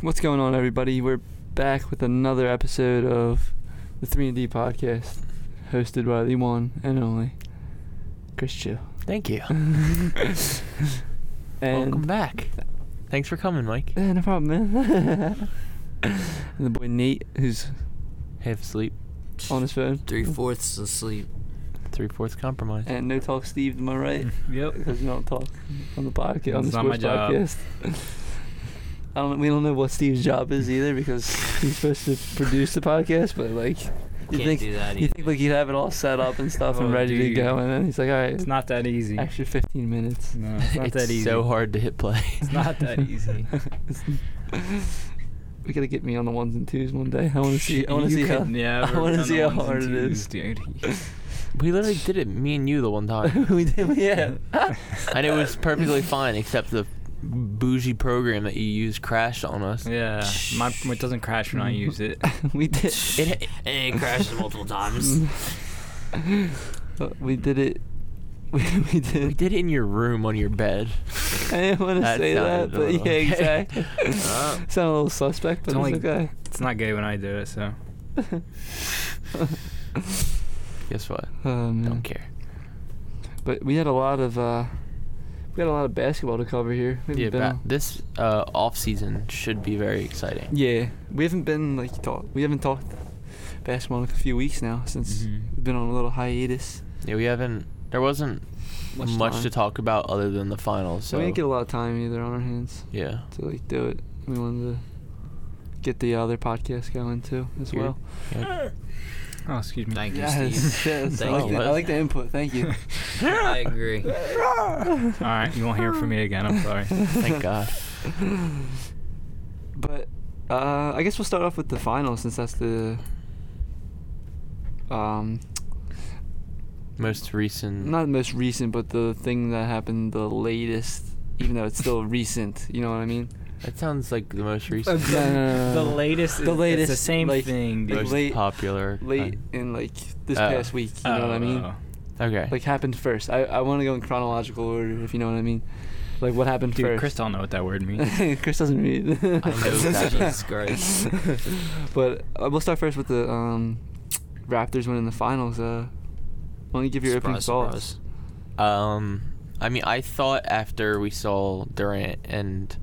What's going on, everybody? We're back with another episode of the Three and D podcast, hosted by the one and only Christian. Thank you. And Welcome back. Thanks for coming, Mike. Yeah, no problem, man. and the boy Nate, who's Half sleep, on his phone, Three fourths asleep. three fourths compromise. and no talk Steve to my right, Yep. because you don't talk on the podcast on It's the not my sports job. podcast. I don't. We don't know what Steve's job is either, because he's supposed to produce the podcast, but like. You Can't think do that e- you either. think like he'd have it all set up and stuff and Oh, ready to dude. go, and then he's like, "All right, It's not that easy. extra 15 minutes." no, it's not it's that easy. so hard to hit play. It's not that easy. we gotta get me on the ones and twos one day. I want to see. I want to You see how. could never I want to done the see how ones and hard it twos, is. dude. we literally did it, me and you, the one time, we did, yeah. and it was perfectly fine, except the bougie program that you used crashed on us. Yeah, my it doesn't crash when I use it. we did. It, And it crashes multiple times. uh, We did it. We, we did. we did it in your room on your bed. I didn't want to That say that, sounded a but little- yeah, exactly. Uh, Sound a little suspect, but it's, It's only- okay. It's not gay when I do it, so guess what? Oh, man. Don't care. But we had a lot of. uh we had a lot of basketball to cover here. We haven't Yeah, been ba- on- this uh, off season should be very exciting. Yeah, we haven't been like talk. We haven't talked basketball in a few weeks now since Mhm. we've been on a little hiatus. Yeah, we haven't. There wasn't Much much, time. to talk about other than the finals. So So we didn't get a lot of time either on our hands yeah, to like do it. We wanted to get the other podcast going too as You're- well. yeah. oh, excuse me. Thank you, Yes, Steve. yes. I, Thank like you. the, I like the input. Thank you. you. I agree. All right, you won't hear from me again. I'm sorry. thank God. But uh, I guess we'll start off with the finals since that's the um Most Mm. recent. not the most recent, but the thing that happened the latest. Even though it's still recent, you know what I mean. That sounds like the most recent. no, no, no, no, the no. latest. The is- It's the latest, same like, thing. like, Dude. most late- popular. late kind. in like this Oh. past week. You know what I mean? Oh, Okay. Like happened first. I, I want to go in chronological order if you know what I mean. Like what happened dude, first. Chris don't know what that word means. Chris doesn't read. I know that. Jesus Christ. but uh, we'll start first with the um, Raptors winning the finals. Uh, why don't you give your opening Surprise, thoughts? surprise. um, I mean, I thought after we saw Durant and.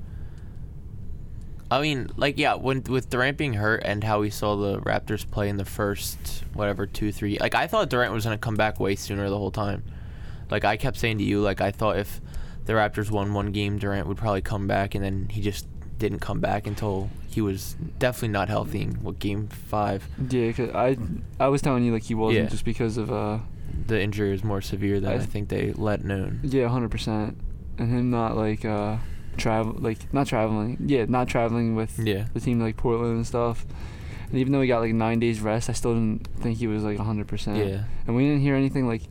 I mean, like yeah, when with Durant being hurt and how we saw the Raptors play in the first whatever two three, like I thought Durant was gonna come back way sooner the whole time. Like I kept saying to you, like I thought if the Raptors won one game, Durant would probably come back, and then he just didn't come back until he was definitely not healthy in what game five. Yeah, 'cause I I was telling you like he wasn't Yeah. just because of uh the injury is more severe than I- I, think they let known. yeah 100 percent and him not like uh travel like not traveling yeah not traveling with Yeah. the team like Portland and stuff. And even though he got like nine days rest, I still didn't think he was like 100%. Yeah. And we didn't hear anything like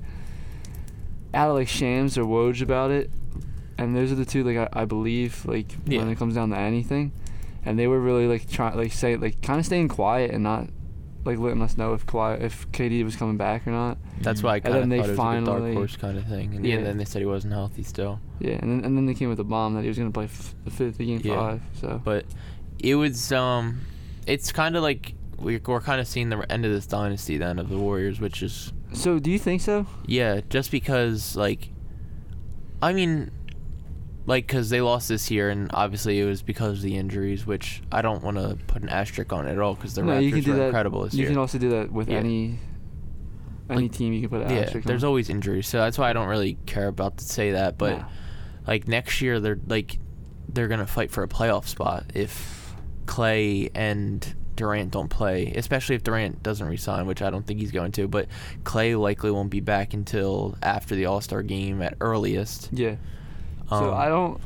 out of like Shams or Woj about it. And those are the two like I, I believe like when Yeah. it comes down to anything. And they were really like trying like say like kind of staying quiet and not like letting us know if Kawhi, if KD was coming back or not. That's why I Mhm. kind of then they thought it was like a finally- dark horse kind of thing. And yeah. Yeah. then they said he wasn't healthy still. Yeah. And then, and then they came with a bomb that he was gonna play f- the fifth the game Yeah. five. So. But it was um, it's kind of like we're, we're kind of seeing the end of this dynasty then of the Warriors, which is so do you think so? yeah, just because like, I mean, like because they lost this year and obviously it was because of the injuries, which I don't want to put an asterisk on it at all because the Raptors were that. incredible this you year. can also do that with Yeah. any any Like- team you can put an yeah, asterisk there's on. always injuries, so that's why I don't really care about to say that, but. Nah. like next year they're like they're gonna fight for a playoff spot if Clay and Durant don't play, especially if Durant doesn't resign, which I don't think he's going to. But Clay likely won't be back until after the All Star game at earliest. Yeah. so Um, I don't.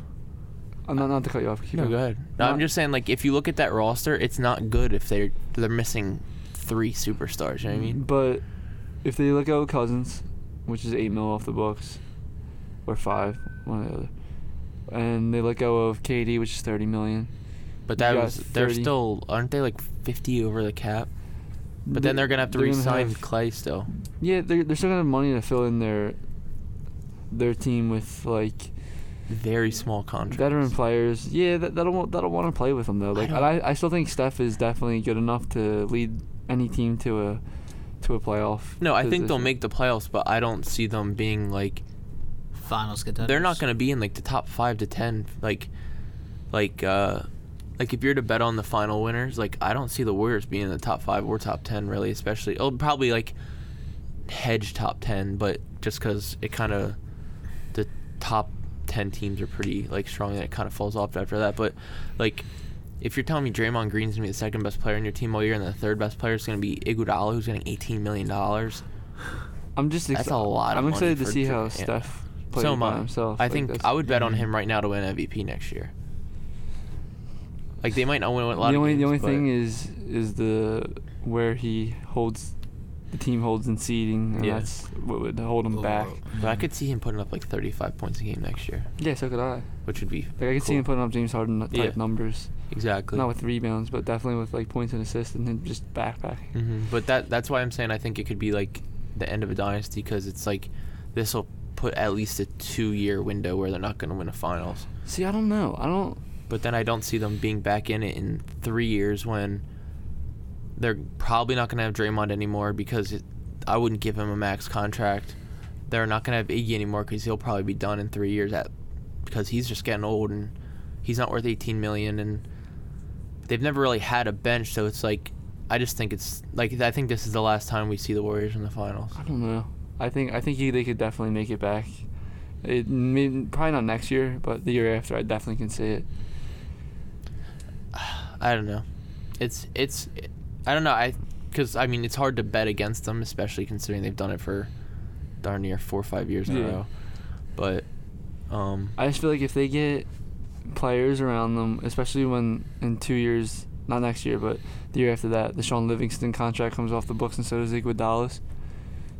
I'm not, not to cut you off. keep No, going. go ahead. No, I'm Not- just saying, like, if you look at that roster, it's not good if they're they're missing three superstars. You know what I mean? But if they let go of Cousins, which is eight mil off the books, or five, one or the other, and they let go of KD, which is thirty million. But that you got was they're 30. still aren't they like 50 over the cap? But then they're gonna have to they're gonna resign have- Clay still. Yeah, they're they're still gonna have money to fill in their their team with like Very small contracts. Veteran players, yeah, that, that'll wa- that'll want to play with him though. Like, I and don't- I, I still think Steph is definitely good enough to lead any team to a to a playoff. No, I think they'll position. make the playoffs, but I don't see them being like Finals contenders. they're not going to be in like the top 5 to 10 like like uh like if you're to bet on the final winners, like I don't see the Warriors being in the top 5 or top 10 really, especially oh probably like hedge top 10, but just cuz it kind of the top 10 teams are pretty like strong and it kind of falls off after that, but like if you're telling me Draymond Green's gonna be the second best player on your team all year, and the third best player is gonna be Iguodala, who's getting 18 million dollars, I'm just That's a lot of I'm money excited to for see Dra- how yeah. Steph plays so am by I. himself. I Like, think that's- I would bet on him right now to win MVP next year. Like they might not win a lot the of only games. the only but thing is is the where he holds the team holds in seeding, and Yeah. that's what would hold him back. but I could see him putting up like 35 points a game next year, Yeah, so could I. which would be Like I could see cool. him putting up James Harden type Yeah. numbers, exactly. not with rebounds, but definitely with like points and assists, and then just backpacking. hmm But that that's why I'm saying I think it could be like the end of a dynasty because it's like this will put at least a two year window where they're not going to win a finals. See, I don't know. I don't. But then I don't see them being back in it in three years when they're probably not going to have Draymond anymore because it, I wouldn't give him a max contract. They're not going to have Iggy anymore because he'll probably be done in three years at because he's just getting old and he's not worth 18 million and they've never really had a bench so it's like I just think it's like I think this is the last time we see the Warriors in the finals. I don't know. I think I think he, they could definitely make it back. It may, probably not next year, but the year after, I definitely can see it. I don't know. It's it's I don't know. I because I mean it's hard to bet against them, especially considering they've done it for darn near four or five years in Yeah. a row. But um, I just feel like if they get players around them, especially when in two years, not next year, but the year after that, the Sean Livingston contract comes off the books, and so does Iguodala's.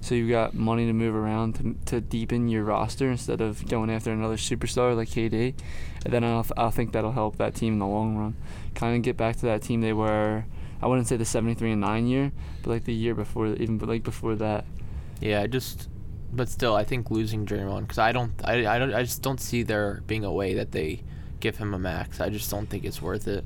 So you've got money to move around to, to deepen your roster instead of going after another superstar like KD, and then I'll, I'll think that'll help that team in the long run, kind of get back to that team they were. I wouldn't say the seventy three and nine year, but like the year before, even but like before that. yeah, I just but still I think losing Draymond because I don't I, I don't I just don't see there being a way that they give him a max. I just don't think it's worth it.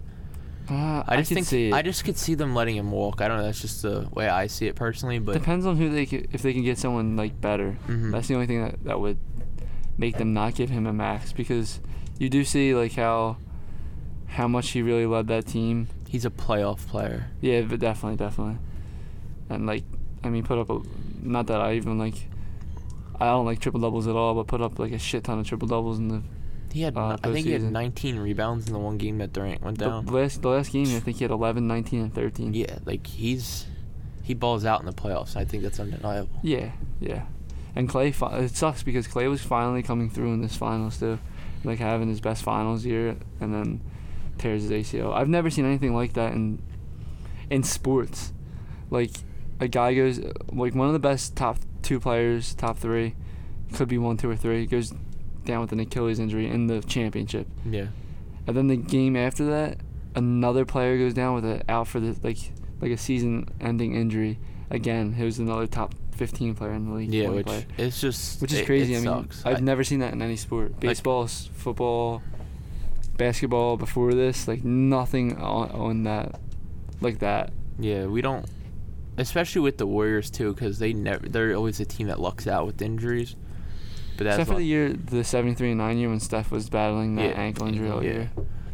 Uh, I just could think see it. I just could see them letting him walk. I don't know. That's just the way I see it personally. But depends on who they c- if they can get someone like better. Mhm. That's the only thing that, that would make them not give him a max because you do see like how how much he really led that team. he's a playoff player. Yeah, but definitely, definitely. And like, I mean, put up a not that I even like. I don't like triple doubles at all, but put up like a shit ton of triple doubles in the, He had Uh, n- I think he had postseason. 19 rebounds in the one game that Durant went the down. last the last game. I think he had 11, 19, and 13. Yeah, like he's he balls out in the playoffs. I think that's undeniable. Yeah, yeah. And Clay, fi- it sucks because Clay was finally coming through in this finals too, like having his best finals year, and then tears his ACL. I've never seen anything like that in in sports. Like a guy goes, like one of the best top two players, top three, could be one, two, or three, goes down with an Achilles injury in the championship, Yeah. and then the game after that, another player goes down with a out for the like like a season-ending injury again. Who's another top 15 player in the league? Yeah, 20 which player. it's just which is it- it crazy. I mean, sucks. I've I- never seen that in any sport. Baseball, s football, basketball. Before this, like nothing on, on that, like that. Yeah, we don't especially with the Warriors too cuz they never they're always a team that lucks out with injuries. But that's Except for not- the year, the 73 and 9 year when Steph was battling that Yeah, ankle injury all yeah. year.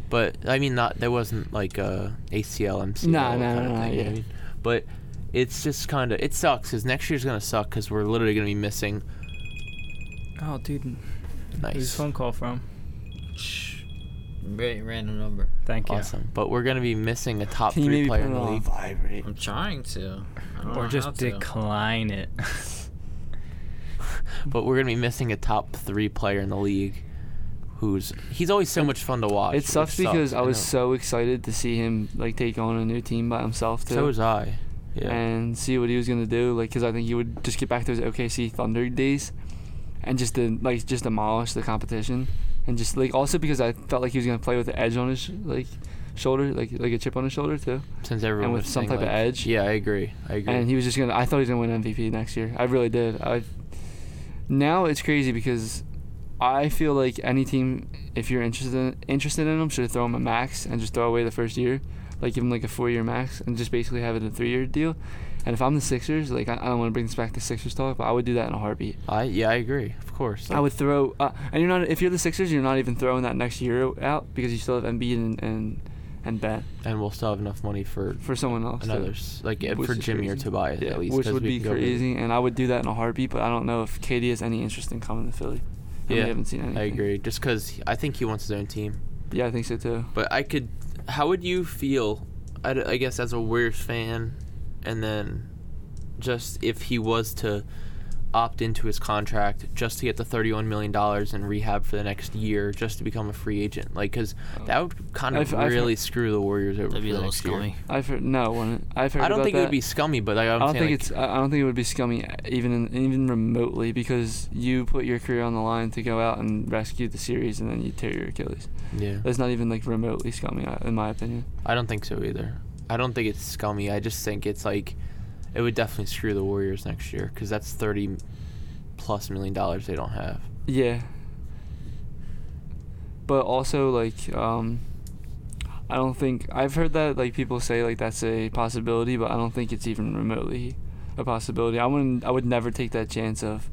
But I mean, not there wasn't like a ACL, MCL Nah, nah, kind nah, of thing. you know yeah. what I mean? But it's just kind of it sucks because next year's gonna suck because we're literally gonna be missing. Oh, dude. Whose Nice, phone call from? Ra- random number. Thank you. awesome. But we're gonna be missing a top Can you three maybe put player it in the on league. vibrate? I'm trying to. I don't Or know how just to. decline it. But we're gonna be missing a top three player in the league. Who's he's always so much fun to watch. It sucks which because I was know. so excited to see him like take on a new team by himself too. so was I. Yeah. and see what he was gonna do. Like, 'cause I think he would just get back to his OKC Thunder days, and just to, like just demolish the competition, and just like also because I felt like he was gonna play with the edge on his sh- like shoulder, like like a chip on his shoulder too, Since everyone and with was some saying, type of like- edge. Yeah, I agree. I agree. and he was just gonna. I thought he was gonna win MVP next year. I really did. I now it's crazy because I feel like any team, if you're interested in, interested in them, should throw him a max and just throw away the first year, like give him like a four year max and just basically have it a three year deal. And if I'm the Sixers, like I, I don't want to bring this back to Sixers talk, but I would do that in a heartbeat. I yeah, I agree. Of course. I would throw, uh, and you're not if you're the Sixers, you're not even throwing that next year out because you still have Embiid and and, and Ben and we'll still have enough money for for someone else. to- another's like yeah, which for is Jimmy or crazy. Tobias Yeah, at least, which 'cause would we be can go get- crazy, and I would do that in a heartbeat. But I don't know if KD has any interest in coming to Philly. And Yeah, we haven't seen anything. I agree. Just because I think he wants his own team, Yeah, I think so too. but I could. How would you feel? I, d- I guess as a Warriors fan, and then just if he was to opt into his contract just to get the thirty-one million dollars in rehab for the next year, just to become a free agent, like because Oh. that would kind of I've- I've- really screw the Warriors over. That'd be for a the little next scummy. Year. I've heard no. when- I've heard. I don't about think it that. would be scummy, but like, I'm I don't saying, think like, it's. I I don't think it would be scummy even in, even remotely because you put your career on the line to go out and rescue the series and then you tear your Achilles. yeah. That's not even like remotely scummy uh, in my opinion. I don't think so either. I don't think it's scummy. I just think it's like it would definitely screw the Warriors next year because that's thirty plus million dollars they don't have. Yeah. But also like um I don't think I've heard that like people say like that's a possibility, but I don't think it's even remotely a possibility. I wouldn't I would never take that chance of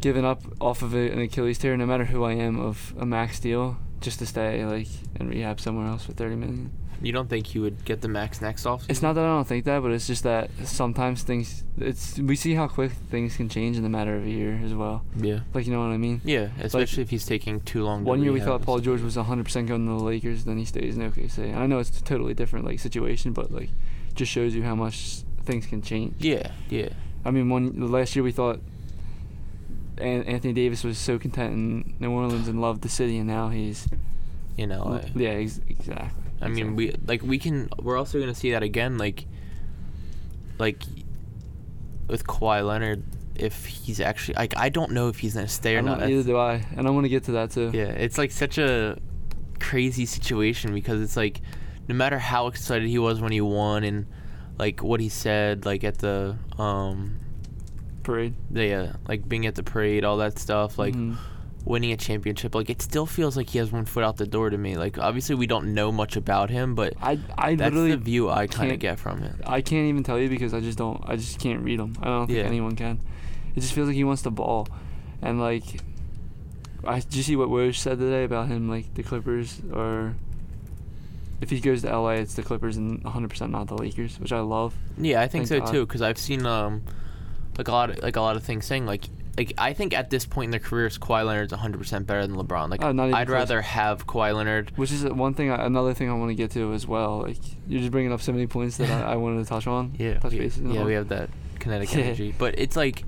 giving up off of a- an Achilles tear no matter who I am of a max deal just to stay like and rehab somewhere else for 30 million. You don't think he would get the max next off? It's not that I don't think that, but it's just that sometimes things it's we see how quick things can change in the matter of a year as well. Yeah. Like you know what I mean? Yeah, especially if he's taking too long. E to One year we rehab thought and Paul stuff. George was 100% going to the Lakers, then he stays in OKC. And I know it's a totally different like situation, but like just shows you how much things can change. Yeah, yeah, I mean, one last year we thought An- Anthony Davis was so content in New Orleans and loved the city, and now he's in LA. yeah, ex- exactly. I mean, we like we can. We're also gonna see that again, like, like with Kawhi Leonard, if he's actually like, I don't know if he's gonna stay or I don't- not. That's- Either do I, and I want to get to that too. Yeah, it's like such a crazy situation because it's like no matter how excited he was when he won and like what he said like at the um parade. the uh, like being at the parade all that stuff like Mhm. winning a championship like it still feels like he has one foot out the door to me like obviously we don't know much about him but I I that's literally the view I kind of can't- get from it I can't even tell you because I just don't. I just can't read him. I don't think Yeah. anyone can. It just feels like he wants the ball, and like, I did you see what Woj said today about him? Like the Clippers or if he goes to LA, it's the Clippers and 100% not the Lakers, which I love. yeah I think so Thank God. too too because I've seen um like a lot of, like a lot of things saying like like I think at this point in their careers Kawhi Leonard's 100% better than LeBron like Oh, not even I'd close. rather have Kawhi Leonard Which is one thing. I, another thing I want to get to as well. Like you're just bringing up so many points that I, I wanted to touch on. Yeah, touch we, bases and yeah, all. we have that kinetic Yeah. energy. But it's like,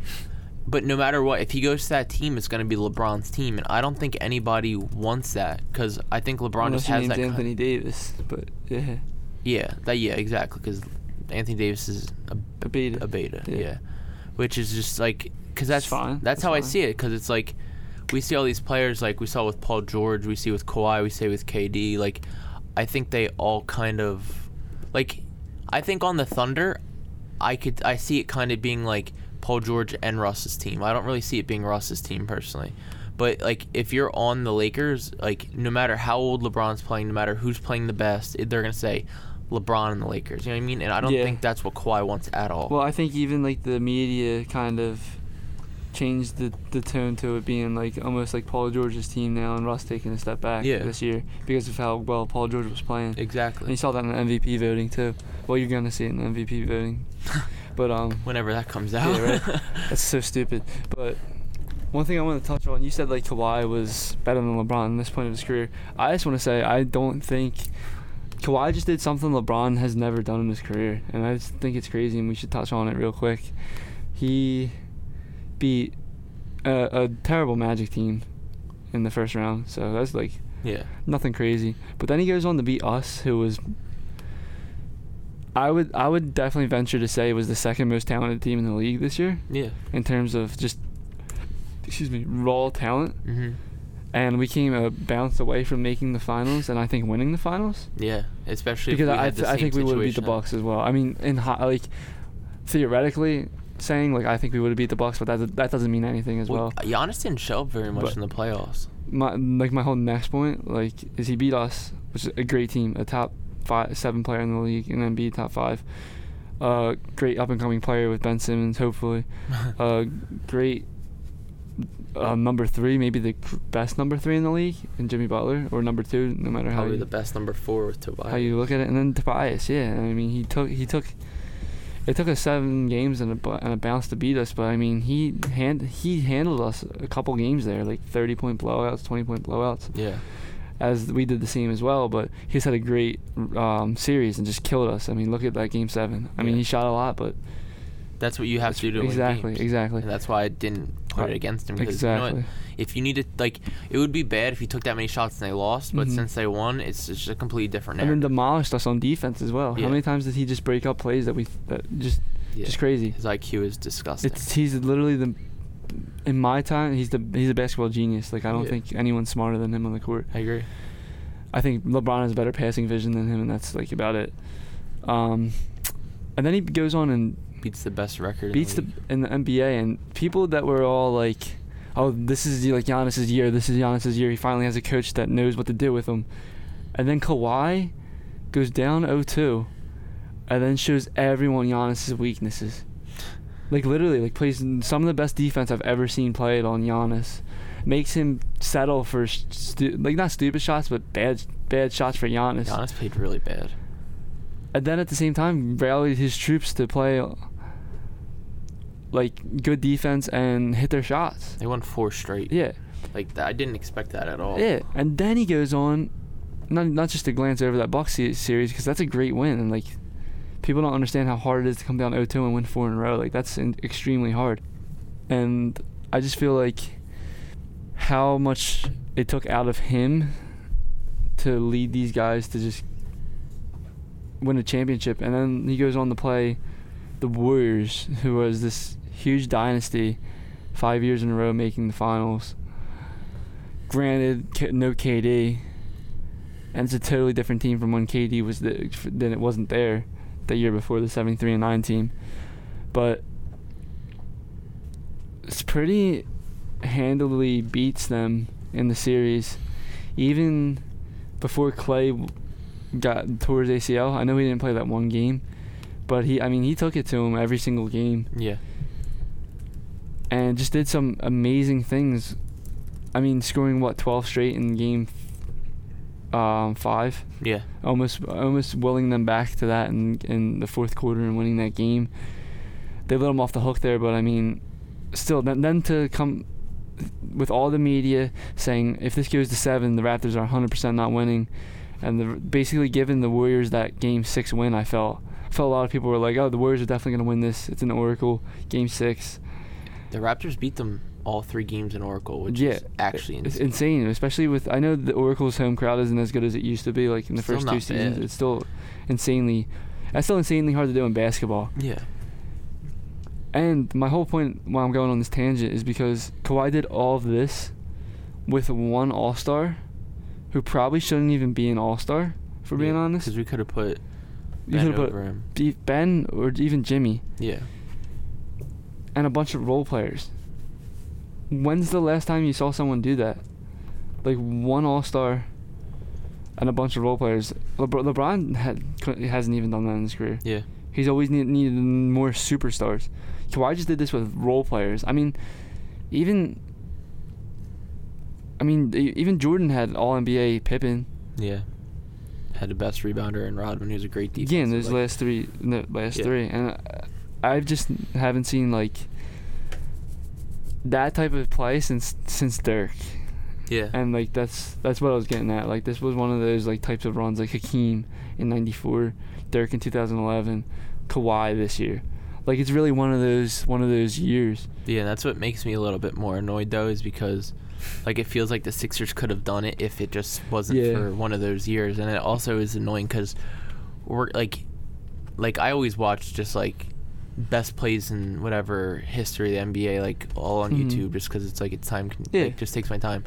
but no matter what, if he goes to that team, it's going to be LeBron's team, and I don't think anybody wants that because I think LeBron Unless just your has that. name's kin- Anthony Davis, but yeah, yeah, that yeah, exactly. Because Anthony Davis is a, a beta. a beta, yeah. Yeah. which is just like because that's It's fine, That's it's how I fine. see it because it's like we see all these players like we saw with Paul George, we see with Kawhi, we see with KD. Like I think they all kind of like I think on the Thunder, I could I see it kind of being like Paul George and Russ's team. I don't really see it being Russ's team personally. But like if you're on the Lakers, like no matter how old LeBron's playing, no matter who's playing the best, they're gonna say LeBron and the Lakers. You know what I mean? And I don't Yeah. think that's what Kawhi wants at all. Well, I think even like the media kind of changed the, the tone to it being like almost like Paul George's team now and Russ taking a step back Yeah. this year because of how well Paul George was playing. And exactly. you saw that in the MVP voting too. Well, you're gonna see it in the MVP voting, but um, Whenever that comes out. Yeah, right. that's so stupid. But one thing I want to touch on, you said like Kawhi was better than LeBron in this point of his career. I just want to say I don't think Kawhi just did something LeBron has never done in his career, and I just think it's crazy. And we should touch on it real quick. He beat a, a terrible Magic team in the first round, so that's like yeah. nothing crazy. But then he goes on to beat us, who was I would I would definitely venture to say was the second most talented team in the league this year Yeah. in terms of just excuse me raw talent. hmm And we came a bounce away from making the finals, and I think winning the finals Yeah. Especially because if we I had th- the I same think we would beat the situation. Bucks as well. I mean, in hot like theoretically, saying. Like I think we would have beat the Bucks, but that that doesn't mean anything as well. Giannis didn't show up very much But- in the playoffs. My like my whole next point like is he beat us, which is a great team, a top five seven player in the league, and then be top five. Uh, great up and coming player with Ben Simmons, hopefully. Uh, great uh, number three, maybe the pr- best number three in the league, and Jimmy Butler, or number two, no matter how Probably you, the best number four with Tobias. how you look at it. And then Tobias, yeah, I mean he took he took it took us seven games and a bu- and a bounce to beat us, but I mean he hand he handled us a couple games there, like thirty point blowouts, twenty point blowouts, Yeah. as we did the same as well. But he just had a great um, series and just killed us. I mean look at that game seven. I mean Yeah. he shot a lot, but That's what you have to do to win exactly games. exactly And that's why I didn't put it Right. against him. 'cause you know what? exactly. if you needed like it would be bad if you took that many shots and they lost but Mhm. since they won it's it's just a completely different and then narrative. demolished us on defense as well. Yeah. How many times did he just break up plays that we that just Yeah. just crazy? his iq is disgusting It's he's literally the in my time he's the he's a basketball genius. Like I don't Yeah. think anyone's smarter than him on the court. i agree I think LeBron has better passing vision than him, and that's like about it. Um, and then he goes on and beats the best record beats the in in the NBA and people that were all like, "Oh, this is like Giannis's year. This is Giannis's year. He finally has a coach that knows what to do with him." And then Kawhi goes down 0-2, and then shows everyone Giannis's weaknesses. Like literally, like plays some of the best defense I've ever seen played on Giannis. Makes him settle for stu- like not stupid shots, but bad bad shots for the league. Giannis Giannis played really bad and then at the same time rallied his troops to play like good defense and hit their shots. they won four straight Yeah, like th- i didn't expect that at all yeah. And then he goes on, not not just to glance over that Bucks se- series because that's a great win and like people don't understand how hard it is to come down 0-2 and win four in a row. Like that's in- extremely hard, and I just feel like how much it took out of him to lead these guys to just win a championship, and then he goes on to play the Warriors, who was this huge dynasty, five years in a row making the finals. Granted, K- no KD, and it's a totally different team from when KD was the, then it wasn't there the year before the 73 and 9 team. But it's pretty handily beats them in the series. Even before Clay w- got towards ACL, I know he didn't play that one game, but he I mean he took it to him every single game yeah and just did some amazing things. I mean, scoring what 12 straight in game um, 5 yeah almost almost willing them back to that in in the fourth quarter and winning that game. They let them off the hook there, but I mean, still, then, then to come with all the media saying if this goes to seven, the Raptors are 100% not winning, and the, basically giving the Warriors that game six win, I felt. I felt a lot of people were like, "Oh, the Warriors are definitely going to win this. It's an Oracle game six. the raptors beat them all three games in oracle which yeah, is actually it's insane. insane, especially with I know the Oracle's home crowd isn't as good as it used to be. Like in the Still first not two seasons, bad. it's still insanely, that's still insanely hard to do in basketball. yeah And my whole point why I'm going on this tangent is because Kawhi did all of this with one All Star, who probably shouldn't even be an All Star. For being honest, because we could have put you Ben could have over him put be- Ben or even Jimmy yeah and a bunch of role players. When's the last time you saw someone do that? Like one All Star and a bunch of role players. Lebr- LeBron had, cou- hasn't even done that in his career. yeah He's always need, needed more superstars. Kawhi just did this with role players. I mean, even. I mean, e- even Jordan had All NBA Pippen. yeah had the best rebounder in Rodman, who's a great defense. Again, those last three, no, last Yeah. three, and I, I've just haven't seen like that type of play since since Dirk, Yeah. and like that's that's what I was getting at. Like this was one of those like types of runs like Hakeem in '94, Dirk in 2011, Kawhi this year. Like it's really one of those one of those years. Yeah, and that's what makes me a little bit more annoyed though, is because like it feels like the Sixers could have done it if it just wasn't Yeah. for one of those years, and it also is annoying because we're like, like I always watch just like best plays in whatever history of the NBA, like all on Mhm. YouTube, just because it's like it's time, con- Yeah. like, just takes my time,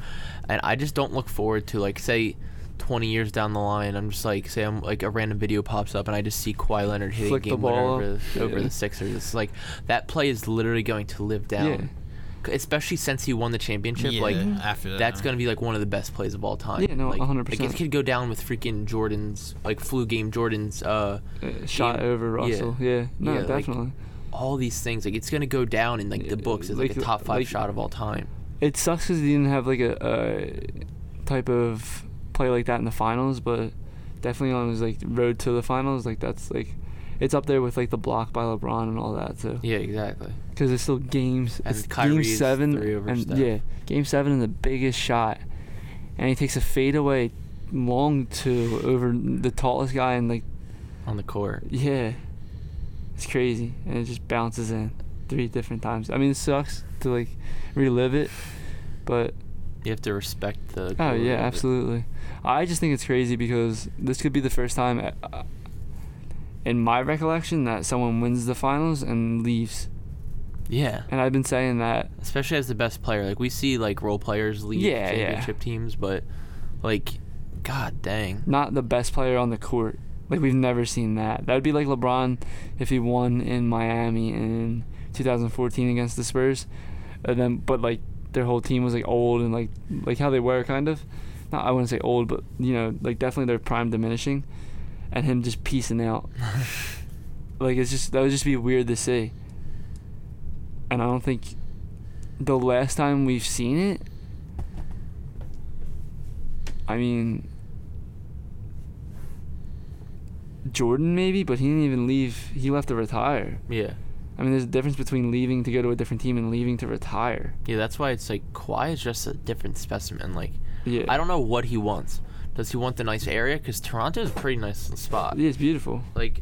and I just don't look forward to like say 20 years down the line, I'm just like, say, I'm like a random video pops up and I just see Kawhi Leonard hitting Flick the game winner ball over, up. the, over Yeah. the Sixers. It's like that play is literally going to live down, C- especially since he won the championship. Yeah, Like after that, that's gonna be like one of the best plays of all time. Yeah, no, like, 100%. Like it could go down with freaking Jordan's like flu game Jordan's uh Uh, shot Yeah. over Russell. Yeah, no, Yeah, like, definitely. all these things. Like it's gonna go down in like the Yeah, books as like, like- a top five like- shot of all time. it sucks because he didn't have like a, a type of play like that in the finals, but definitely on his like road to the finals, like that's like it's up there with like the block by LeBron and all that too. Yeah, exactly. Because it's still games. And it's game Kyrie's seven three over and Steph. yeah, game seven and the biggest shot, and he takes a fadeaway long two over the tallest guy and like On the court. yeah, it's crazy, and it just bounces in three different times. I mean, it sucks to like relive it, but You have to respect the. Oh glory yeah, of it. absolutely. I just think it's crazy because this could be the first time, uh, in my recollection, that someone wins the finals and leaves. Yeah. And I've been saying that. especially as the best player. Like we see like role players lead Yeah, yeah. championship teams, but like, god dang, Not the best player on the court. Like we've never seen that. That would be like LeBron if he won in Miami in 2014 against the Spurs, and then but like their whole team was like old and like like how they were kind of. Not I wouldn't say old, but you know like definitely their prime diminishing, and him just piecing out. like it's just that would just be weird to see. And I don't think the last time we've seen it. I mean, Jordan maybe, but he didn't even leave. He left to retire. yeah, I mean, there's a difference between leaving to go to a different team and leaving to retire. yeah. That's why it's like Kawhi is just a different specimen. Like, Yeah, I don't know what he wants. Does he want the nice area? Because Toronto is a pretty nice spot. Yeah, it's beautiful. Like,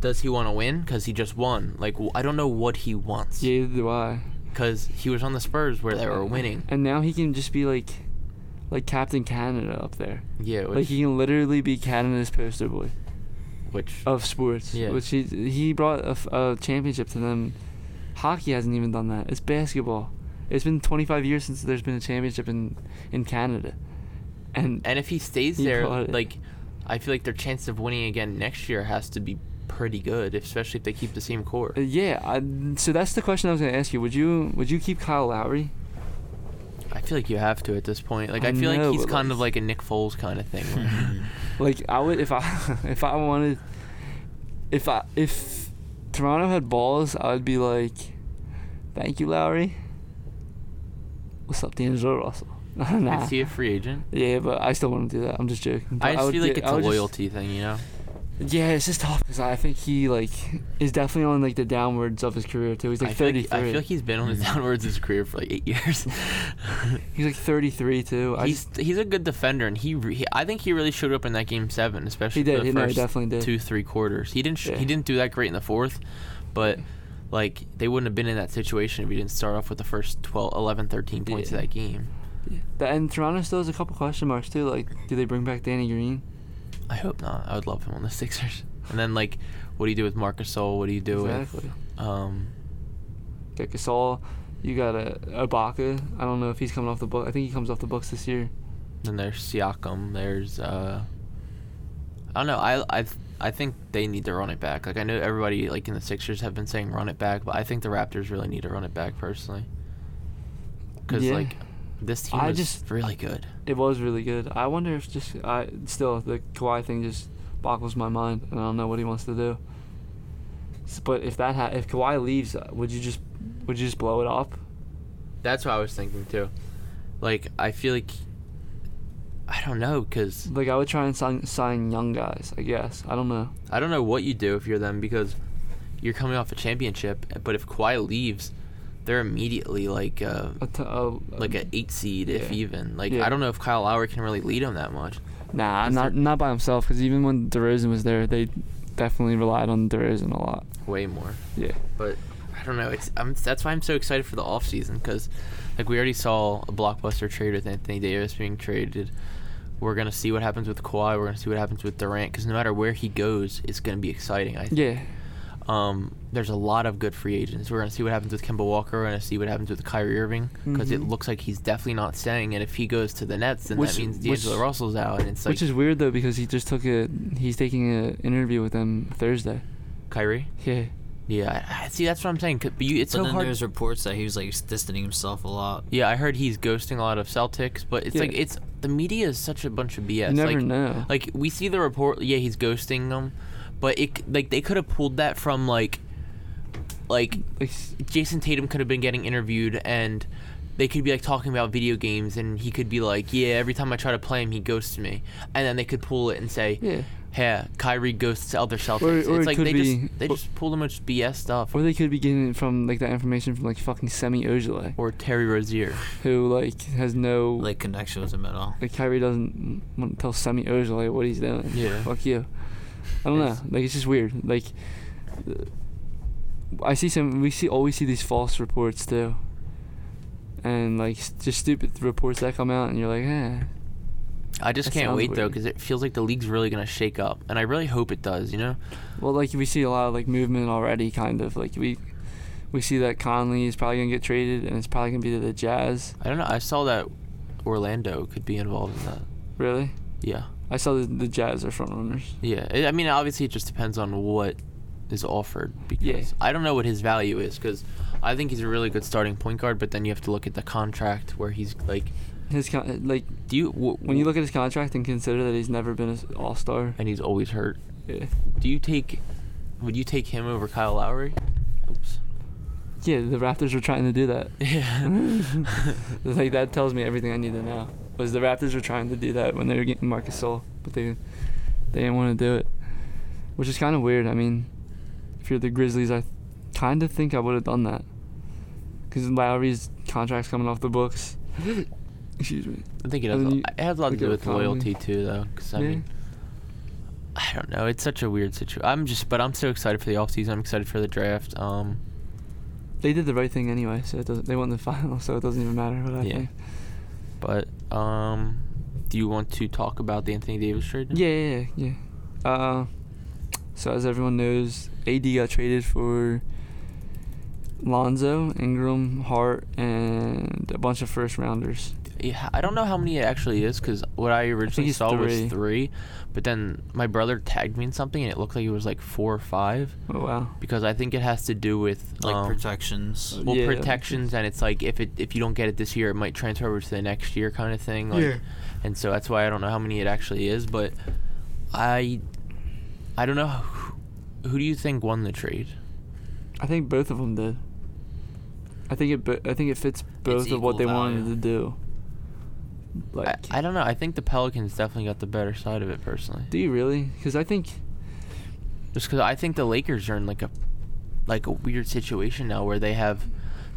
does he want to win? Because he just won. Like, w- I don't know what he wants. Yeah, neither do I. Because he was on the Spurs where they were winning. And now he can just be like, like Captain Canada up there. Yeah, which, Like he can literally be Canada's poster boy. which of sports. Yeah. Which he he brought a, f- a championship to them. Hockey hasn't even done that. It's basketball. It's been 25 years since there's been a championship in in Canada, and and if he stays He there, bought it. like, I feel like their chance of winning again next year has to be pretty good, especially if they keep the same core. uh, yeah. I, so that's the question I was gonna ask you. Would you would you keep Kyle Lowry? I feel like you have to at this point. Like I, I feel know, like he's but, kind like- of like a Nick Foles kind of thing. where- Like I would if I if I wanted if I if Toronto had balls, I would be like, thank you, Lowry. What's up, D'Angelo Russell? nah. Is he a free agent? Yeah, but I still want to do that. I'm just joking. But I just would feel like get- it's I a would just- loyalty thing, you know. yeah, it's just tough because I think he like is definitely on like the downwards of his career too. He's like Mm. I feel thirty like, three. I feel like he's been on his Mhm. downwards his career for like eight years. he's like thirty three too. I he's just, he's a good defender, and he, re- he I think he really showed up in that game seven, especially he did. the He, no, he first definitely did. two three quarters. He didn't sh- Yeah. he didn't do that great in the fourth, but like they wouldn't have been in that situation if he didn't start off with the first 12, 11, 13 points Yeah. of that game. Yeah. Th- And Toronto still has a couple question marks too. Like, do they bring back Danny Green? I hope not. I would love him on the Sixers. And then like, what do you do with Marcus Sol? What do you do exactly. with um? Got Gasol. You got a Ibaka. I don't know if he's coming off the book. I think he comes off the books this year. Then there's Siakam. There's uh, I don't know. I I I think they need to run it back. Like I know everybody like in the Sixers have been saying run it back, but I think the Raptors really need to run it back personally. Because Yeah. like this team I is just- really good. It was really good. I wonder if just I still the Kawhi thing just boggles my mind, and I don't know what he wants to do. S- But if that ha- if Kawhi leaves, uh, would you just would you just blow it up? That's what I was thinking too. Like I feel like I don't know because Like I would try and sign sign young guys. I guess I don't know. I don't know what you do if you're them because you're coming off a championship, but if Kawhi leaves, they're immediately like uh, A t- a, like an eight seed, if Um, Yeah. even. Like Yeah. I don't know if Kyle Lowry can really lead him that much. nah, is not there- not by himself. Because even when DeRozan was there, they definitely relied on DeRozan a lot. Way more. Yeah. But I don't know. It's I'm, that's why I'm so excited for the offseason because, like, we already saw a blockbuster trade with Anthony Davis being traded. We're gonna see what happens with Kawhi. We're gonna see what happens with Durant because no matter where he goes, it's gonna be exciting. I Yeah. Um, there's a lot of good free agents. We're gonna see what happens with Kemba Walker. We're gonna see what happens with Kyrie Irving because Mhm. it looks like he's definitely not staying. And if he goes to the Nets, then Which- that means which- D'Angelo Russell's out, and it's like Which is weird though because he just took a he's taking an interview with them Thursday. Kyrie. Yeah. Yeah, I- I- see, that's what I'm saying. 'cause- But you, it's but so then hard. there's reports that he was like distancing himself a lot. yeah, I heard he's ghosting a lot of Celtics, but it's Yeah. like it's the media is such a bunch of BS. you never like, know. Like we see the report, yeah, he's ghosting them, but it c- like they could have pulled that from like, like Like, s- Jason Tatum could have been getting interviewed and they could be like talking about video games and he could be like, yeah, every time I try to play him, he ghosts me, and then they could pull it and say, yeah. hey, Kyrie ghosts other Celtics. or it it's like could they be- just they or- just pull the most BS stuff. Or they could be getting it from like that information from like fucking Semi Ojeley, Or Terry Rozier. who like has no Like connection with him at all. like Kyrie doesn't want to tell Semi Ojeley what he's doing. Yeah. Fuck you. I don't know. It's- Like it's just weird. Like uh, I see some. We see always see these false reports too. And like s- just stupid reports that come out, and you're like, eh. I just That can't sounds wait though, weird. 'cause though because it feels like the league's really gonna shake up, and I really hope it does. You know, Well, like we see a lot of like movement already, kind of like we we see that Conley is probably gonna get traded, and it's probably gonna be to the Jazz. I don't know. I saw that Orlando could be involved in that. Really, Yeah, I saw the, the Jazz are front runners. yeah. I I mean, obviously, it just depends on what is offered because I don't know what his value is because I think he's a really good starting point guard, but then you have to look at the contract where he's like, His con- like do you wh- when you look at his contract and consider that he's never been an All Star. and he's always hurt. Yeah. Do you take? Would you take him over Kyle Lowry? Oops. yeah, the Raptors were trying to do that. Yeah. Like that tells me everything I need to know. Was the Raptors were trying to do that when they were getting Marcus Sol, but they they didn't want to do it, which is kind of weird. I mean, if you're the Grizzlies, I kind of think I would have done that because Lowry's contract's coming off the books. Excuse me. I think it And has, then a- you it has a lot to look do at with Conley. loyalty too, though. Because I Yeah. mean, I don't know. It's such a weird situation. I'm just, but I'm so excited for the offseason. I'm excited for the draft. Um, They did the right thing anyway, so it doesn't. They won the final, so it doesn't even matter what I Yeah. think. but um, do you want to talk about the Anthony Davis trade? now? Yeah, yeah, yeah. yeah. Uh, so as everyone knows, AD got traded for Lonzo, Ingram, Hart, and a bunch of first rounders. Yeah, I don't know how many it actually is because what I originally it's saw three. was three, but then my brother tagged me in something and it looked like it was like four or five Oh wow. because I think it has to do with Like um, protections. Uh, well Yeah, I think protections and it's like if it if you don't get it this year it might transfer over to the next year kind of thing like Yeah. and so that's why I don't know how many it actually is but I I don't know who, who do you think won the trade I think both of them did. I think it. bo- I think it fits both of equal what they wanted value. to do. Like, I, I don't know I think the Pelicans definitely got the better side of it personally do you really? Because I think just because I think the Lakers are in like a like a weird situation now where they have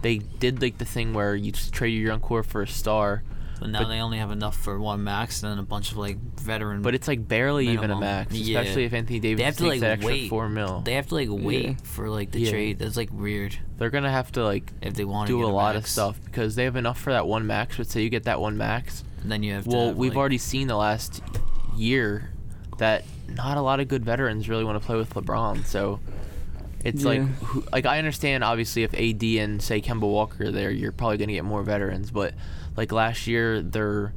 they did like the thing where you just trade your young core for a star But now But- they only have enough for one max and then a bunch of like veteran. but it's like barely even a Minimum. max Yeah. especially if Anthony Davis they have takes to like that extra wait. four mil They have to like wait Yeah. for like the Yeah. trade. That's like weird they're gonna have to like if they want to do get a lot of max. stuff because they have enough for that one max. But say you get that one max. And then you have. to Well, have, we've like- already seen the last year that not a lot of good veterans really want to play with LeBron. So it's like, Yeah. who, like I understand obviously if AD and say Kemba Walker are there, you're probably gonna get more veterans. But like last year, they're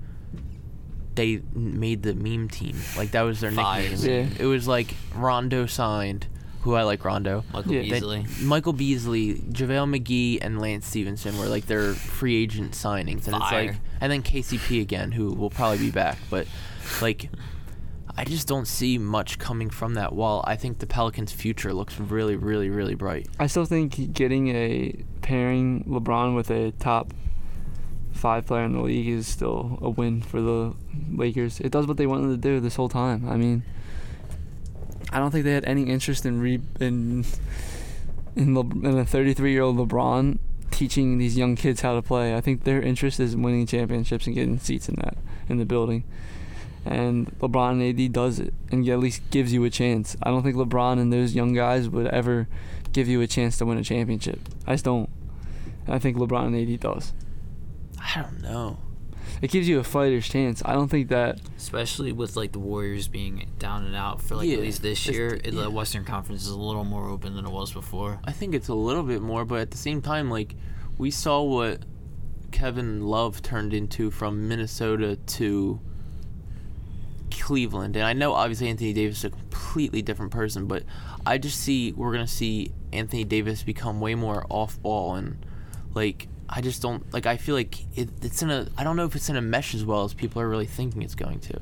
they made the meme team. Like that was their Fire. nickname. Yeah. It was like Rondo signed. Who I like Rondo. Michael Yeah. That- Beasley. Michael Beasley, JaVale McGee, and Lance Stevenson were like their free agent signings, and Fire. it's like, and then KCP again, who will probably be back, but like, I just don't see much coming from that. While I think the Pelicans' future looks really, really, really bright. I still think getting a pairing LeBron with a top five player in the league is still a win for the Lakers. It does what they wanted to do this whole time. I mean, I don't think they had any interest in re in in, Le- in a 33 year old LeBron teaching these young kids how to play. I think their interest is winning championships and getting seats in that in the building. And LeBron and AD does it and at least gives you a chance. I don't think LeBron and those young guys would ever give you a chance to win a championship. I just don't. And I think LeBron and AD does. I don't know. it gives you a fighter's chance. I don't think that especially with like the Warriors being down and out for like Yeah, at least this it's- year. It, yeah. The Western Conference is a little more open than it was before. I think it's a little bit more, but at the same time, like we saw what Kevin Love turned into from Minnesota to Cleveland, and I know obviously Anthony Davis is a completely different person, but I just see we're gonna see Anthony Davis become way more off ball and like I just don't like I feel like it, it's in a I don't know if it's in a mesh as well as people are really thinking it's going to,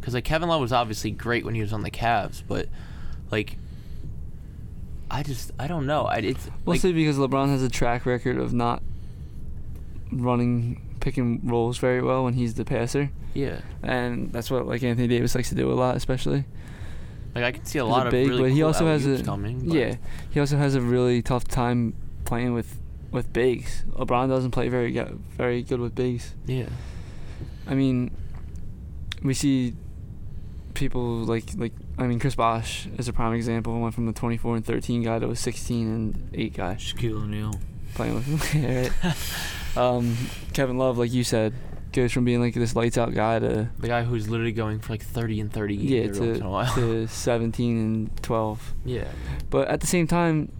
because like Kevin Love was obviously great when he was on the Cavs, but like I just I don't know I it's like, mostly because LeBron has a track record of not running pick and rolls very well when he's the passer, yeah and that's what like Anthony Davis likes to do a lot, especially. like I can see a He's lot big, of really but he cool also has alley-oops a coming but yeah. He also has a really tough time playing with with bigs. LeBron doesn't play very go- very good with bigs. yeah I mean, we see people like like I mean Chris Bosh is a prime example. Went from the 24 and 13 guy to a 16 and 8 guy Shaquille O'Neal. playing with him. Yeah, right. um, Kevin Love, like you said, goes from being like this lights out guy to the guy who's literally going for like thirty and thirty yeah every once to, in a while to 17 and 12. yeah But at the same time,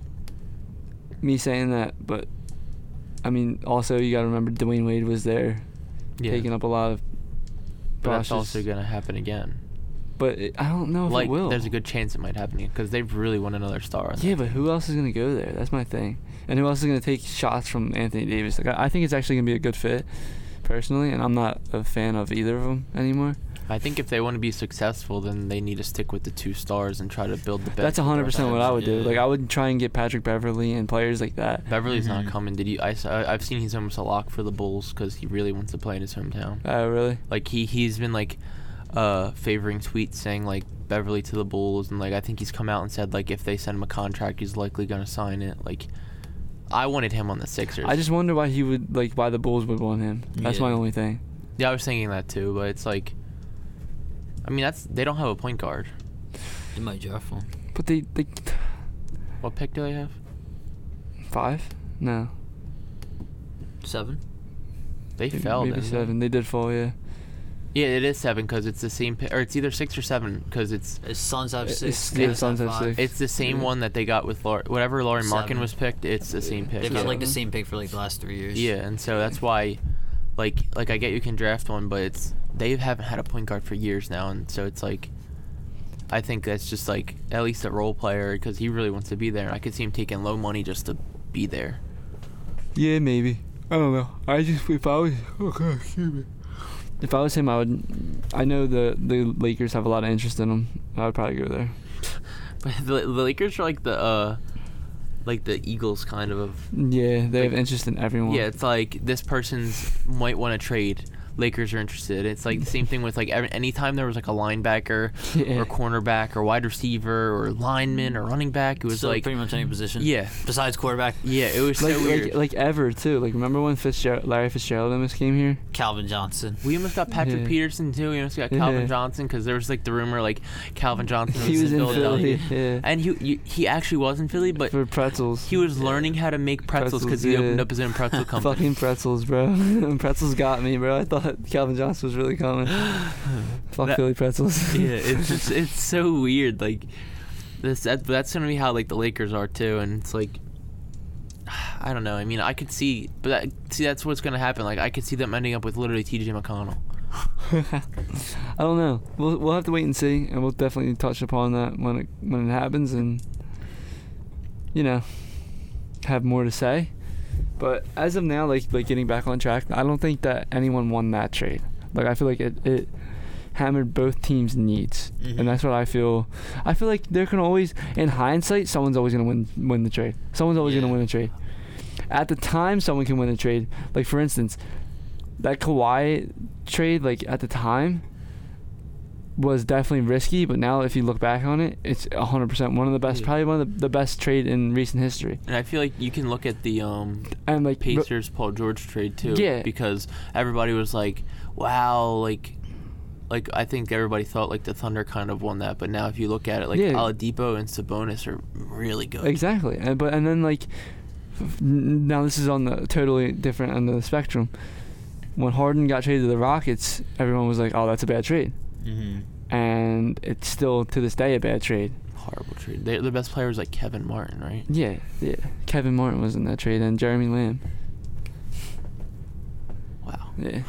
me saying that, but I mean also you got to remember Dwayne Wade was there yeah taking up a lot of. but that's Bosh's- also gonna happen again. But it, I don't know if like it will. there's a good chance it might happen because they really want another star. on Yeah, that but team. who else is gonna go there? That's my thing. And who else is gonna take shots from Anthony Davis? Like I, I think it's actually gonna be a good fit, personally. And I'm not a fan of either of them anymore. I think if they want to be successful, then they need to stick with the two stars and try to build the best. That's 100 percent what I would do. Yeah. Like I would try and get Patrick Beverly and players like that. Beverly's Mhm. not coming. Did you? I, have seen he's almost a lock for the Bulls because he really wants to play in his hometown. Oh really? Like he he's been like uh favoring tweets saying like Beverly to the Bulls and like I think he's come out and said like if they send him a contract he's likely gonna sign it. Like I wanted him on the Sixers. I just wonder why he would like why the Bulls would want him. That's my Yeah. only thing. yeah I was thinking that too, but it's like I mean that's they don't have a point guard. They might draft one. But they they What pick do they have? five? No, Seven. They Maybe- fell. Maybe didn't they? seven. They did fall. Yeah. Yeah, it is seven because it's the same pick, or it's either six or seven because it's It's Uh, Suns Uh, have It's- six. yeah, Cavs Suns have five. six. it's the same Yeah. one that they got with Lar- whatever Laurie Markin Seven. was picked. It's the same pick. They've yeah. had like the Seven. same pick for like the last three years. Yeah, and so that's why, like, like I get you can draft one, but it's they haven't had a point guard for years now, and so it's like, I think that's just like at least a role player because he really wants to be there. I could see him taking low money just to be there. Yeah, maybe. I don't know. I just if I was okay, excuse me. If I was him, I would. I know the the Lakers have a lot of interest in him. I would probably go there. But the, the Lakers are like the, uh like the Eagles kind of. of Yeah, they have Like- interest in everyone. yeah, it's like this person's might want to trade. Lakers are interested. It's like the same thing with like every, anytime there was like a linebacker Yeah. or cornerback or wide receiver or lineman or running back, it was So like pretty much any position. yeah, Besides quarterback, Yeah, it was like, so like weird. like ever too. Like remember when Fitzgerald, Larry Fitzgerald almost came here? Calvin Johnson. we almost got Patrick Yeah. Peterson too. We almost got Calvin Yeah. Johnson because there was like the rumor like Calvin Johnson was, He was in in Philly. Philadelphia, Yeah. and he you, he actually was in Philly, but for pretzels. he was learning how to make pretzels because Pretzels, he yeah. opened up his own pretzel company. Fucking pretzels, bro. pretzels got me, bro. I thought Calvin Johnson was really coming. Fuck That- Philly pretzels. yeah, it's just it's so weird. Like this that, that's gonna be how like the Lakers are too, and it's like. I don't know. I mean, I could see, but that, see, that's what's gonna happen. Like, I could see them ending up with literally T.J. McConnell. I don't know. We'll we'll have to wait and see, and we'll definitely touch upon that when it when it happens, and you know, have more to say. But as of now, like like getting back on track, I don't think that anyone won that trade. Like I feel like it it hammered both teams' needs, Mhm. and that's what I feel. I feel like there can always, in hindsight, someone's always gonna win win the trade. Someone's always Yeah. gonna win a trade. At the time, someone can win a trade. Like for instance, that Kawhi trade, like at the time, was definitely risky. But now, if you look back on it, it's 100% one of the best, Yeah. probably one of the, the best trade in recent history. And I feel like you can look at the um, And like, ro- Pacers Paul George trade too. Yeah. Because everybody was like, "Wow!" Like, like I think everybody thought like the Thunder kind of won that, but now if you look at it, like Yeah. Aladipo and Sabonis are really good. Exactly, and but and then like, f- n- now this is on the totally different end of the spectrum. when Harden got traded to the Rockets, everyone was like, "Oh, that's a bad trade," Mm-hmm. and it's still to this day a bad trade. Horrible trade. They, the best player was like Kevin Martin, right? Yeah, yeah. Kevin Martin was in that trade, and Jeremy Lamb. Wow. Yeah.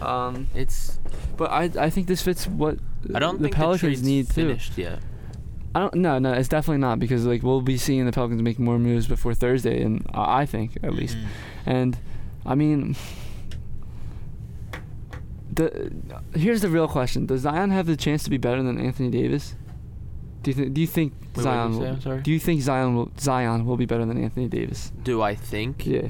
Um, It's. but I I think this fits what I don't the think Pelicans the trade's need too. finished yet. I don't. No, no, it's definitely not because like we'll be seeing the Pelicans make more moves before Thursday, and I I think at least, Mhm. and I mean, the here's the real question: Does Zion have the chance to be better than Anthony Davis? Do you think? Do you think Wait, what did Zion? you say? will, I'm sorry. Do you think Zion will Zion will be better than Anthony Davis? Do I think? Yeah.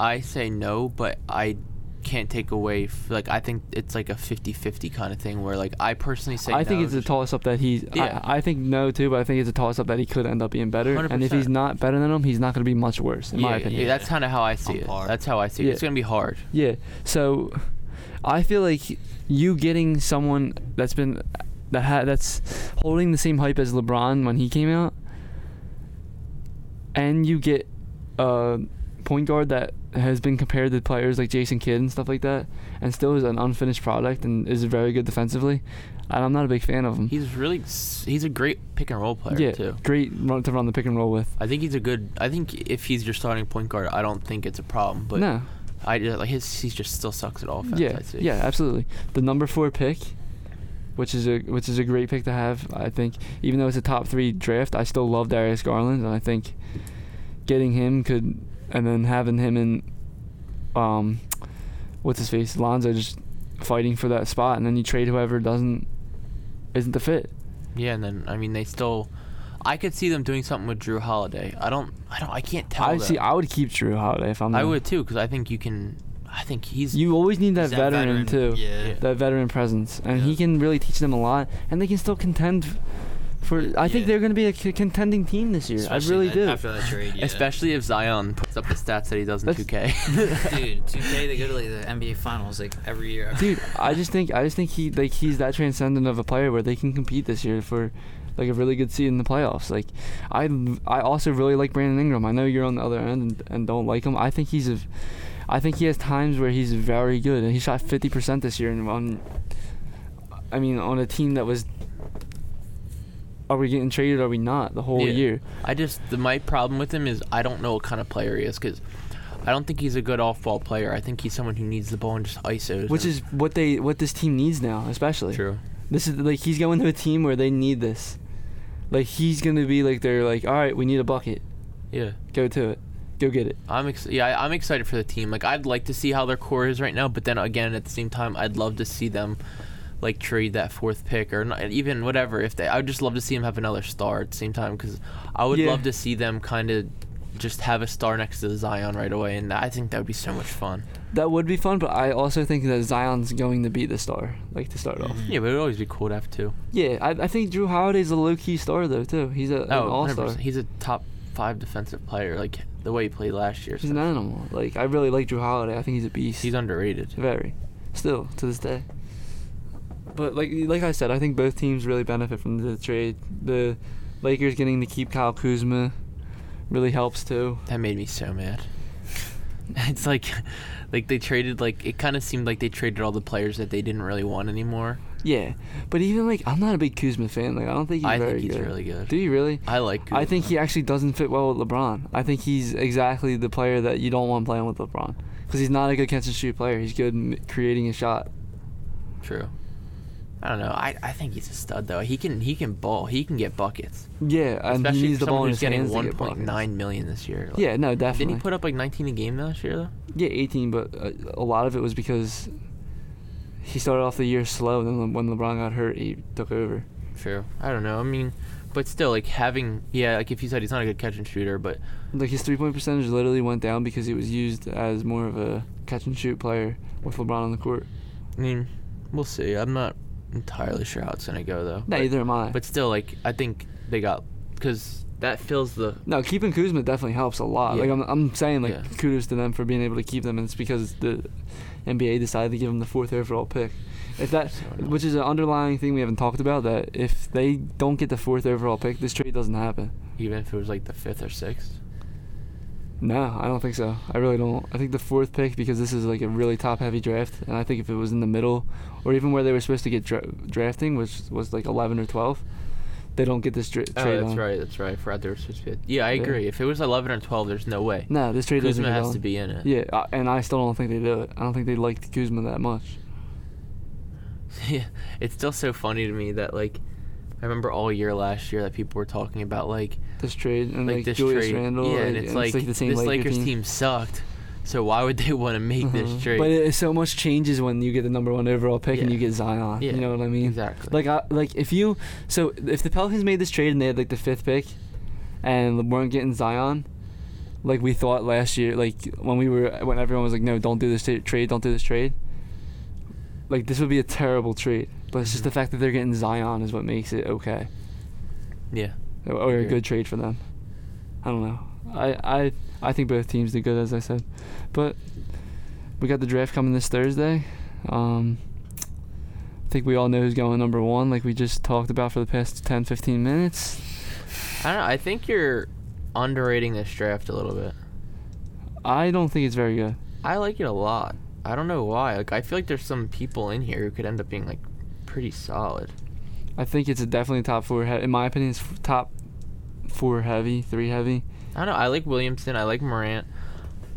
I say no, but I can't take away. F- like I think it's like a 50-50 kind of thing where like I personally say. I think no, it's a just- toss up that he's. Yeah. I, I think no too, but I think it's a toss up that he could end up being better. And if 100%. he's not better than him, he's not going to be much worse, in yeah, my opinion. Yeah, that's kind of how I see On it. par. That's how I see it. Yeah. It's gonna be hard. Yeah. So, I feel like you getting someone that's been that ha- that's holding the same hype as LeBron when he came out, and you get a point guard that has been compared to players like Jason Kidd and stuff like that, and still is an unfinished product and is very good defensively. And I'm not a big fan of him. He's really. s- He's a great pick and roll player yeah, too. great run to run the pick and roll with. I think he's a good. I think if he's your starting point guard, I don't think it's a problem. But no, I just- like his. He just still sucks at offense. yeah, I see. yeah, absolutely. The number four pick, which is a which is a great pick to have, I think. Even though it's a top three draft, I still love Darius Garland, and I think getting him could, and then having him and um, what's his face, Lonzo, just fighting for that spot, and then you trade whoever doesn't isn't the fit. Yeah, and then I mean they still. I could see them doing something with Drew Holiday. I don't. I don't. I can't tell. I though. see. I would keep Drew Holiday if I'm. I them. would too, because I think you can. I think he's. You always need that, He's that veteran, veteran, too. yeah. That veteran presence, and he Yeah. can really teach them a lot, and they can still contend f- for. I think Yeah. they're going to be a c- contending team this year. Especially I really that- do. After that trade, yeah. Especially if Zion puts up the stats that he does in That's- 2K. dude, 2K they go to like the NBA Finals like every year. Dude, I just think I just think he like he's that transcendent of a player where they can compete this year for like a really good seed in the playoffs. Like I I also really like Brandon Ingram. I know you're on the other end and, and don't like him. I think he's a I think he has times where he's very good and he shot 50% this year and on I mean on a team that was are we getting traded? Are we not? The whole Yeah. year. I just the, my problem with him is I don't know what kind of player he is because I don't think he's a good off-ball player. I think he's someone who needs the ball and just isos. Which and- is what they what this team needs now, especially. true. This is like he's going to a team where they need this. Like he's gonna be like they're like, all right, we need a bucket. Yeah, Go to it. Go get it. I'm ex- yeah I- I'm excited for the team. Like I'd like to see how their core is right now, but then again at the same time I'd love to see them like trade that fourth pick or not, even whatever if they. I'd just love to see them have another star at the same time because I would Yeah. love to see them kind of just have a star next to Zion right away, and I think that would be so much fun. That would be fun, but I also think that Zion's going to be the star, like to start off. Yeah, but it'd always be cool to have two. Yeah, I, I think Drew Holiday's a low key star though too. He's a, an Oh, all star. 100%. He's a top five defensive player, like the way he played last year. He's so an animal. Like I really like Drew Holiday. I think he's a beast. He's underrated. very, still to this day. But like like I said, I think both teams really benefit from the trade. The Lakers getting to keep Kyle Kuzma really helps too. That made me so mad. It's like, like they traded like it kind of seemed like they traded all the players that they didn't really want anymore. Yeah, but even like I'm not a big Kuzma fan. Like I don't think he's I think very he's good. really good. Do you really? I like. I think he Kuzma. actually doesn't fit well with LeBron. I think he's exactly the player that you don't want playing with LeBron because he's not a good catch and shoot player. He's good in creating a shot. True. I don't know. I, I think he's a stud though. He can he can ball. He can get buckets. Yeah, and Especially he needs for the ball in someone who's his getting hands to one get point buckets. nine million this year. Like, Yeah, no, Didn't definitely. he put up like nineteen a game last year though? yeah, 18, but uh, a lot of it was because he started off the year slow. And then when LeBron got hurt, he took over. True. I don't know. I mean, but still, like having yeah, like if you said he's not a good catch and shooter, but Like his three point percentage literally went down because he was used as more of a catch and shoot player with LeBron on the court. I mean, we'll see. I'm not entirely sure how it's gonna go though. but, Neither am I. But still, like I think they got because that fills the No, keeping Kuzma definitely helps a lot. Yeah. Like I'm, I'm saying, like Yeah. kudos to them for being able to keep them, and it's because the NBA decided to give them the fourth overall pick. If that, So annoying. which is an underlying thing we haven't talked about, that if they don't get the fourth overall pick, this trade doesn't happen. even if it was like the fifth or sixth. No, I don't think so. I really don't. I think the fourth pick because this is like a really top-heavy draft, and I think if it was in the middle, or even where they were supposed to get dra- drafting, which was like 11 or 12, they don't get this dra- Oh, trade. that's on. right. That's right. I forgot there was supposed to be. Yeah, I Yeah. agree. If it was 11 or 12, there's no way. No, this trade doesn't Kuzma get has on. to be in it. Yeah, I- and I still don't think they do it. I don't think they liked Kuzma that much. Yeah, it's still so funny to me that like, I remember all year last year that people were talking about like, This trade and like, like, this Julius trade. Randle. yeah, like, and it's like, the same this Laker Lakers team. sucked, so why would they want to make Uh-huh. this trade? But it, so much changes when you get the number one overall pick and Yeah. you get Zion. Yeah, You know what I mean? exactly. Like, I, like if you, so if the Pelicans made this trade and they had like the fifth pick, and weren't getting Zion, like we thought last year, like when we were when everyone was like, no, don't do this tra- trade, don't do this trade. Like this would be a terrible trade, but it's just the Mhm. fact that they're getting Zion is what makes it okay yeah, Oh, or, or a Agreed. good trade for them. I don't know. I, I I think both teams did good as I said, but we got the draft coming this Thursday. Um, I think we all know who's going number one, like we just talked about for the past 10, 15 minutes. I don't know. I think you're underrating this draft a little bit. I don't think it's very good. I like it a lot. I don't know why. Like, I feel like there's some people in here who could end up being like pretty solid. I think it's definitely top four. He- in my opinion, it's f- top four heavy, three heavy. I don't know. I like Williamson. I like Morant.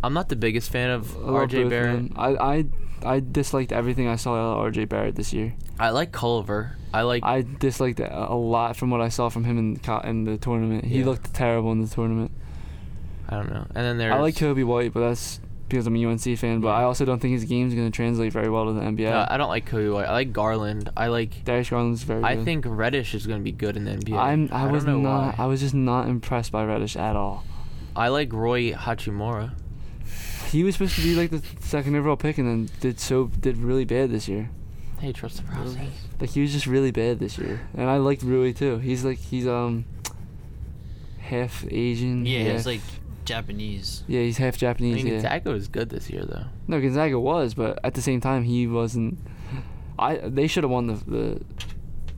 I'm not the biggest fan of I love both RJ of Barrett. them. I, I I disliked everything I saw out of RJ Barrett this year. I like Culver. I like. I disliked it a a lot from what I saw from him in co- in the tournament. He Yeah. looked terrible in the tournament. I don't know. And then there's. I like Kobe White, but that's because I'm a UNC fan. But Yeah. I also don't think his game's going to translate very well to the NBA. No, I don't like Kobe White. I like Garland. I like. Darius Garland's very. I good. think Reddish is going to be good in the NBA. I'm. I, don't was know not. why. I was just not impressed by Reddish at all. I like Roy Hachimura. He was supposed to be like the second overall pick, and then did so did really bad this year. Hey, trust the process. Like he was just really bad this year, and I liked Rui too. He's like he's um half Asian. Yeah, half, it's like Japanese. yeah, he's half I Japanese. mean, yeah. Gonzaga was good this year, though. No, Gonzaga was, but at the same time he wasn't. I they should have won the the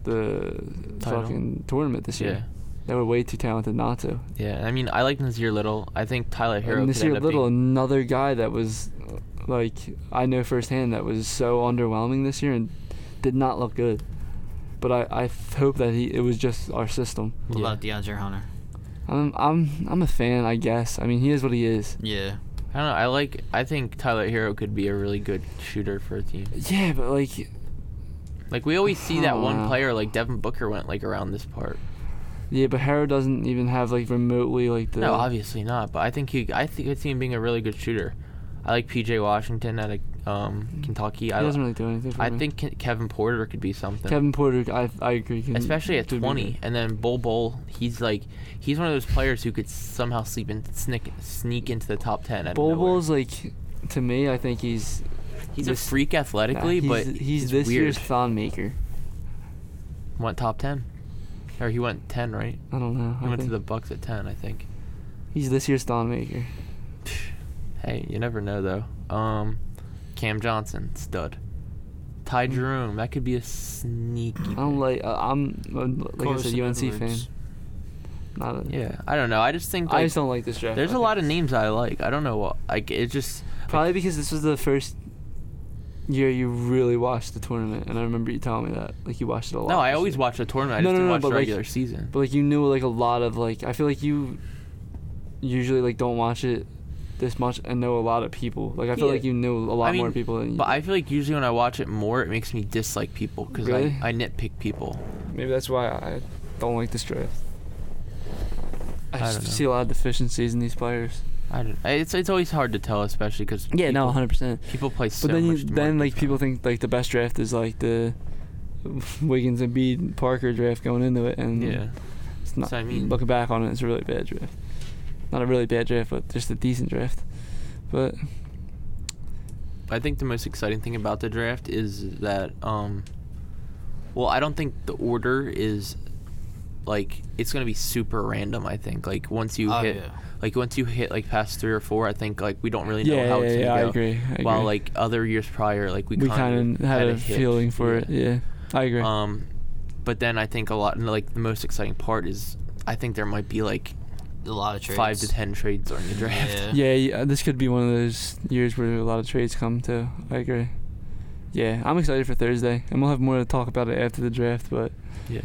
the Title. fucking tournament this year. Yeah. They were way too talented not to. Yeah, I mean, I like Nazir Little. I think Tyler Hero. And this could year, end up little being- another guy that was uh, like I know firsthand that was so underwhelming this year and did not look good. But I, I hope that he it was just our system. What Yeah. about DeAndre Hunter? I'm I'm I'm a fan, I guess. I mean, he is what he is. Yeah. I don't know. I like. I think Tyler Hero could be a really good shooter for a team. Yeah, but like, Like we always see that one Huh. player, like Devin Booker, went like around this part. yeah, but Harrow doesn't even have like remotely like the. No, obviously not. But I think he. I think I see him being a really good shooter. I like PJ Washington out of um, Kentucky. He I, doesn't really do anything. For I me. think Ke- Kevin Porter could be something. Kevin Porter, I I agree. can- Especially at could be 20, good. and then Bull Bull, he's like, he's one of those players who could somehow sleep and sneak sneak into the top 10. out of Bol nowhere. Bol's like, to me, I think he's he's this- a freak nah, athletically, he's, but he's, he's this weird. year's Thon maker. went top 10, or he went 10, right? I don't know. He I went to think. the Bucks at 10, I think. He's this year's Thon maker. Hey, you never know though. Um, Cam Johnson, stud. Ty Jerome, that could be a sneaky. Hmm. I don't like. pick. Uh, I'm uh, like I said, Carson UNC Edwards. fan. Not a, Yeah, I don't know. I just think like, I just don't like this draft. there's I a think. lot of names I like. I don't know what like it just Probably because this was the first year you really watched the tournament, and I remember you telling me that. Like you watched it a lot. No, I this always year. watch the tournament. I No, just no, didn't no, watch the but, like- regular season. But like you knew like a lot of like I feel like you usually like don't watch it this much and know a lot of people. Like I feel Yeah. like you know a lot I more mean, people than you. But I feel like usually when I watch it more, it makes me dislike people because Really? I, I nitpick people. maybe that's why I don't like this draft. I, I just don't know. see a lot of deficiencies in these players. I don't. It's it's always hard to tell, especially because percent. People play so But then you, much. more then like different. people think like the best draft is like the Wiggins and Bede Parker draft going into it, and Yeah. it's not. So, I mean- looking back on it, it's a really bad draft. Not a really bad draft, but just a decent draft. But I think the most exciting thing about the draft is that, um, well, I don't think the order is like it's gonna be super random. I think like once you Oh, hit, yeah. like once you hit like past three or four, I think like we don't really know Yeah, how yeah, it's gonna yeah, I go. agree, I While agree. like other years prior, like we, we, kind of had, a, hit. feeling for it. Yeah, Um, I agree. Um, but then I think a lot, and like the most exciting part is I think there might be like a lot of trades. five to ten trades during the draft. Yeah. Yeah, yeah, this could be one of those years where a lot of trades come too. I agree. Yeah, I'm excited for Thursday, and we'll have more to talk about it after the draft. But Yeah.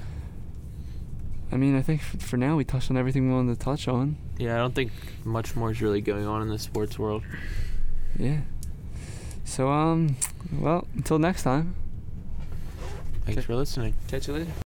I mean, I think f- for now we touched on everything we wanted to touch on. Yeah, I don't think much more is really going on in the sports world. Yeah. So um, well, until next time. Thanks Okay. for listening. Catch you later.